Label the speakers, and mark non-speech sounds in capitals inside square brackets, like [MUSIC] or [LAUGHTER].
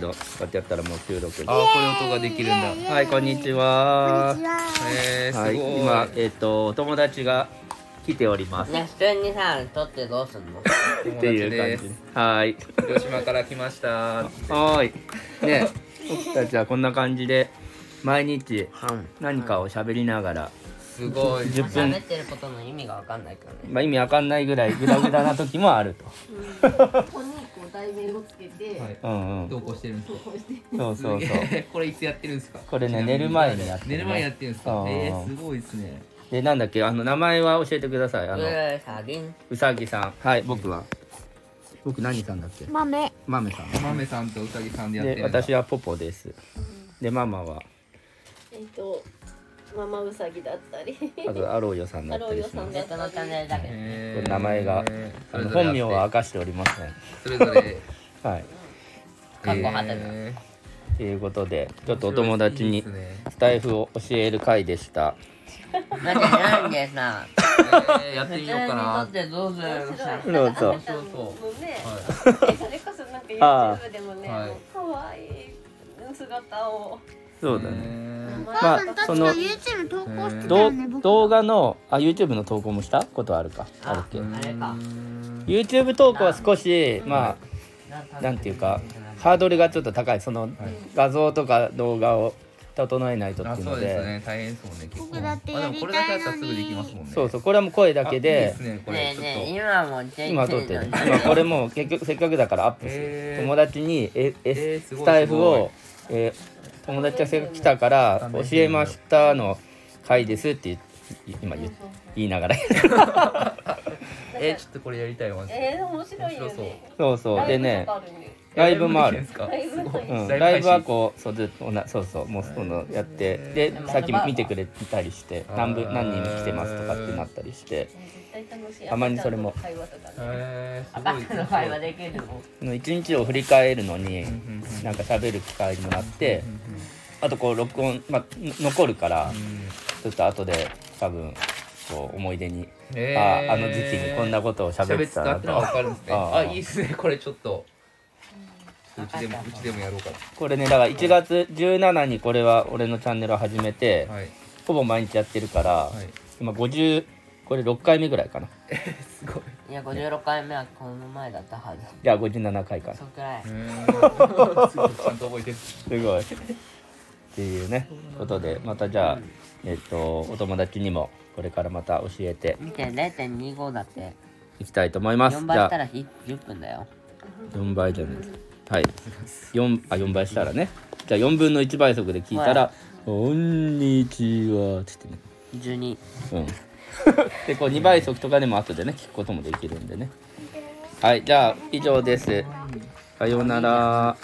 Speaker 1: どこうやってやったらもう収録
Speaker 2: ああ、こういう音ができるんだ。
Speaker 1: はいこんにちは
Speaker 3: こんにちは
Speaker 2: えー、すご。
Speaker 1: はいい今えっ、とお友達が来ております、
Speaker 4: ね、普通にさ、撮ってどうすんの
Speaker 1: っ
Speaker 2: 友
Speaker 1: て
Speaker 2: 達
Speaker 1: い
Speaker 2: で
Speaker 1: う
Speaker 2: す
Speaker 1: 感。じはい
Speaker 2: 広島から来ました。
Speaker 1: おーいね僕たちはこんな感じで毎日何かを喋りながら
Speaker 2: すごい。
Speaker 1: 10分
Speaker 4: 喋ってることの意味がわかんないけどね。
Speaker 1: まあ意味わかんないぐらいグダグダな時もある
Speaker 2: [LAUGHS]
Speaker 1: と。
Speaker 5: ここにこう題名をつけて、
Speaker 2: はい。
Speaker 1: うんうん。
Speaker 2: 投稿してるんですか。
Speaker 1: そうそう
Speaker 2: す
Speaker 1: そう
Speaker 2: げ。えこれいつやってるんですか。
Speaker 1: これね
Speaker 2: ちなみに
Speaker 1: 寝る前にやってるね
Speaker 2: 寝る前にやってるんです
Speaker 1: あ
Speaker 2: か。
Speaker 1: ー
Speaker 2: えー、すごいですね。
Speaker 1: でなんだっけあの名前は教えてください。あ
Speaker 4: う
Speaker 1: の
Speaker 4: ーさりん。
Speaker 1: うさぎさん。はい僕は。僕何さんだっけ？
Speaker 3: 豆
Speaker 1: マメさん。
Speaker 2: マメさんとウサギさんでやってる
Speaker 1: で
Speaker 2: んだ。
Speaker 1: 私はポポです。でママは
Speaker 5: えっとママウサギだったり
Speaker 1: あとアローヨさんだったりし
Speaker 5: ア
Speaker 1: ま
Speaker 5: ローヨ
Speaker 1: す。
Speaker 4: ネ
Speaker 5: さ
Speaker 4: ットのチャンネル
Speaker 1: [LAUGHS]
Speaker 4: だけど。
Speaker 2: えー
Speaker 1: 名前があ
Speaker 2: それ
Speaker 1: の
Speaker 2: ぞ
Speaker 1: 本
Speaker 2: れあって
Speaker 1: 名は明かしておりません。
Speaker 2: それぞれ。
Speaker 1: はい。
Speaker 4: 過去果て
Speaker 2: えー
Speaker 1: ということでちょっとお友達に
Speaker 2: 面白いですね
Speaker 1: スタイフを教える会でした。
Speaker 4: だってなんでさ、
Speaker 2: えーやって
Speaker 4: 普通
Speaker 2: み
Speaker 4: に
Speaker 2: ようか
Speaker 4: 撮
Speaker 2: な
Speaker 4: っ。てどうするのさ。
Speaker 1: どうぞ
Speaker 5: 赤。ちゃんもね、
Speaker 2: は
Speaker 5: えそれこそなんか
Speaker 1: あー
Speaker 5: YouTube でもね、
Speaker 2: はい
Speaker 5: もう可愛い姿を
Speaker 1: そう
Speaker 2: い
Speaker 1: だね。
Speaker 2: え
Speaker 1: まあ
Speaker 3: ママたち
Speaker 1: そ
Speaker 3: が
Speaker 1: の
Speaker 3: YouTube 投稿してた
Speaker 1: ど
Speaker 3: よ
Speaker 1: う
Speaker 3: ね僕
Speaker 1: 動画のあ YouTube の投稿もしたことあるかあるっけ
Speaker 2: ー
Speaker 4: あれか
Speaker 1: YouTube 投稿は少しまあなんていうかハードルがちょっと高いその画像とか動画を整えないとっ
Speaker 2: あ
Speaker 1: ていう
Speaker 2: そ
Speaker 1: の
Speaker 2: うです
Speaker 1: で
Speaker 2: ね大変ですもんね結構
Speaker 3: 僕だって
Speaker 2: あ
Speaker 3: や
Speaker 2: でも
Speaker 3: りたいのに
Speaker 2: これだけやったらすぐできますもんね
Speaker 1: そうそうこれはもう声だけ
Speaker 2: あいい
Speaker 1: です
Speaker 2: ねこれちょっ
Speaker 4: ねえ
Speaker 2: と
Speaker 4: ねえ、今も全
Speaker 1: 今撮ってる今これも結局せっかくだからアップする
Speaker 2: へー
Speaker 1: 友達にえ
Speaker 2: え
Speaker 1: え
Speaker 2: ーすごい
Speaker 1: スタイフをえー友達がせっかく来たから教えましたの回ですって言今言言いなが
Speaker 2: [LAUGHS]
Speaker 1: ら
Speaker 2: えーちょっとこれやりたいわ
Speaker 5: えー、面白いよ
Speaker 2: 面白そう
Speaker 5: ね
Speaker 1: そうそうでね
Speaker 5: ライブとかあるんだよ
Speaker 1: ライブもあ
Speaker 2: ライブできん
Speaker 1: る
Speaker 2: ですか
Speaker 5: ライブとか
Speaker 1: うん、
Speaker 2: ライブ配信
Speaker 1: ライブはこうそうずっとなそうそうもうそのやってで
Speaker 4: ー
Speaker 1: さっき見てくれたりして
Speaker 2: あー
Speaker 1: 何部何人来てますとかってなったりして
Speaker 5: 絶対楽しい
Speaker 1: たまにそれも
Speaker 5: 赤ちゃんとの会話とかね
Speaker 2: えーすごい
Speaker 4: 赤ちゃんの会話できるの
Speaker 1: その一日を振り返るのに
Speaker 2: んうん
Speaker 1: なんか喋る機会にもなってあとこう録音、まあ、の残るからちょっと後で多分こう思い出に、
Speaker 2: え
Speaker 1: ああの時期にこんなことを喋ってたな
Speaker 2: 喋ってたってのは分
Speaker 1: と
Speaker 2: かるんですね
Speaker 1: あー
Speaker 2: あいいですねこれちょっとうちでもうちでもやろうか
Speaker 1: これねだから1月17にこれは俺のチャンネルを始めて
Speaker 2: なはい
Speaker 1: ほぼ毎日やってるから、
Speaker 2: はい
Speaker 1: 今50これ6回目ぐらいかな
Speaker 2: すごい
Speaker 4: いや、56回目はこの前だったはず。
Speaker 1: じゃあ57回かな
Speaker 4: そっくらい。
Speaker 2: えーすごいちゃんと覚えてる
Speaker 1: すごい。っていうね、ことで、またじゃあ、えっと、お友達にも、これからまた教えて
Speaker 4: 見て、0.25だって。
Speaker 1: いきたいと思います。
Speaker 4: 4
Speaker 1: じ
Speaker 4: 倍
Speaker 1: ゃ
Speaker 4: した
Speaker 1: あ、
Speaker 4: らひ10分だよ。
Speaker 1: 4倍じゃない。はい。4、あ、4倍したらね。じゃあ、4分の1倍速で聞いたら、こんにちは、つってね。
Speaker 4: 12。
Speaker 1: うん。で、こう、2倍速とかでも後でね、聞くこともできるんでね。はい、じゃあ、以上です。さようなら。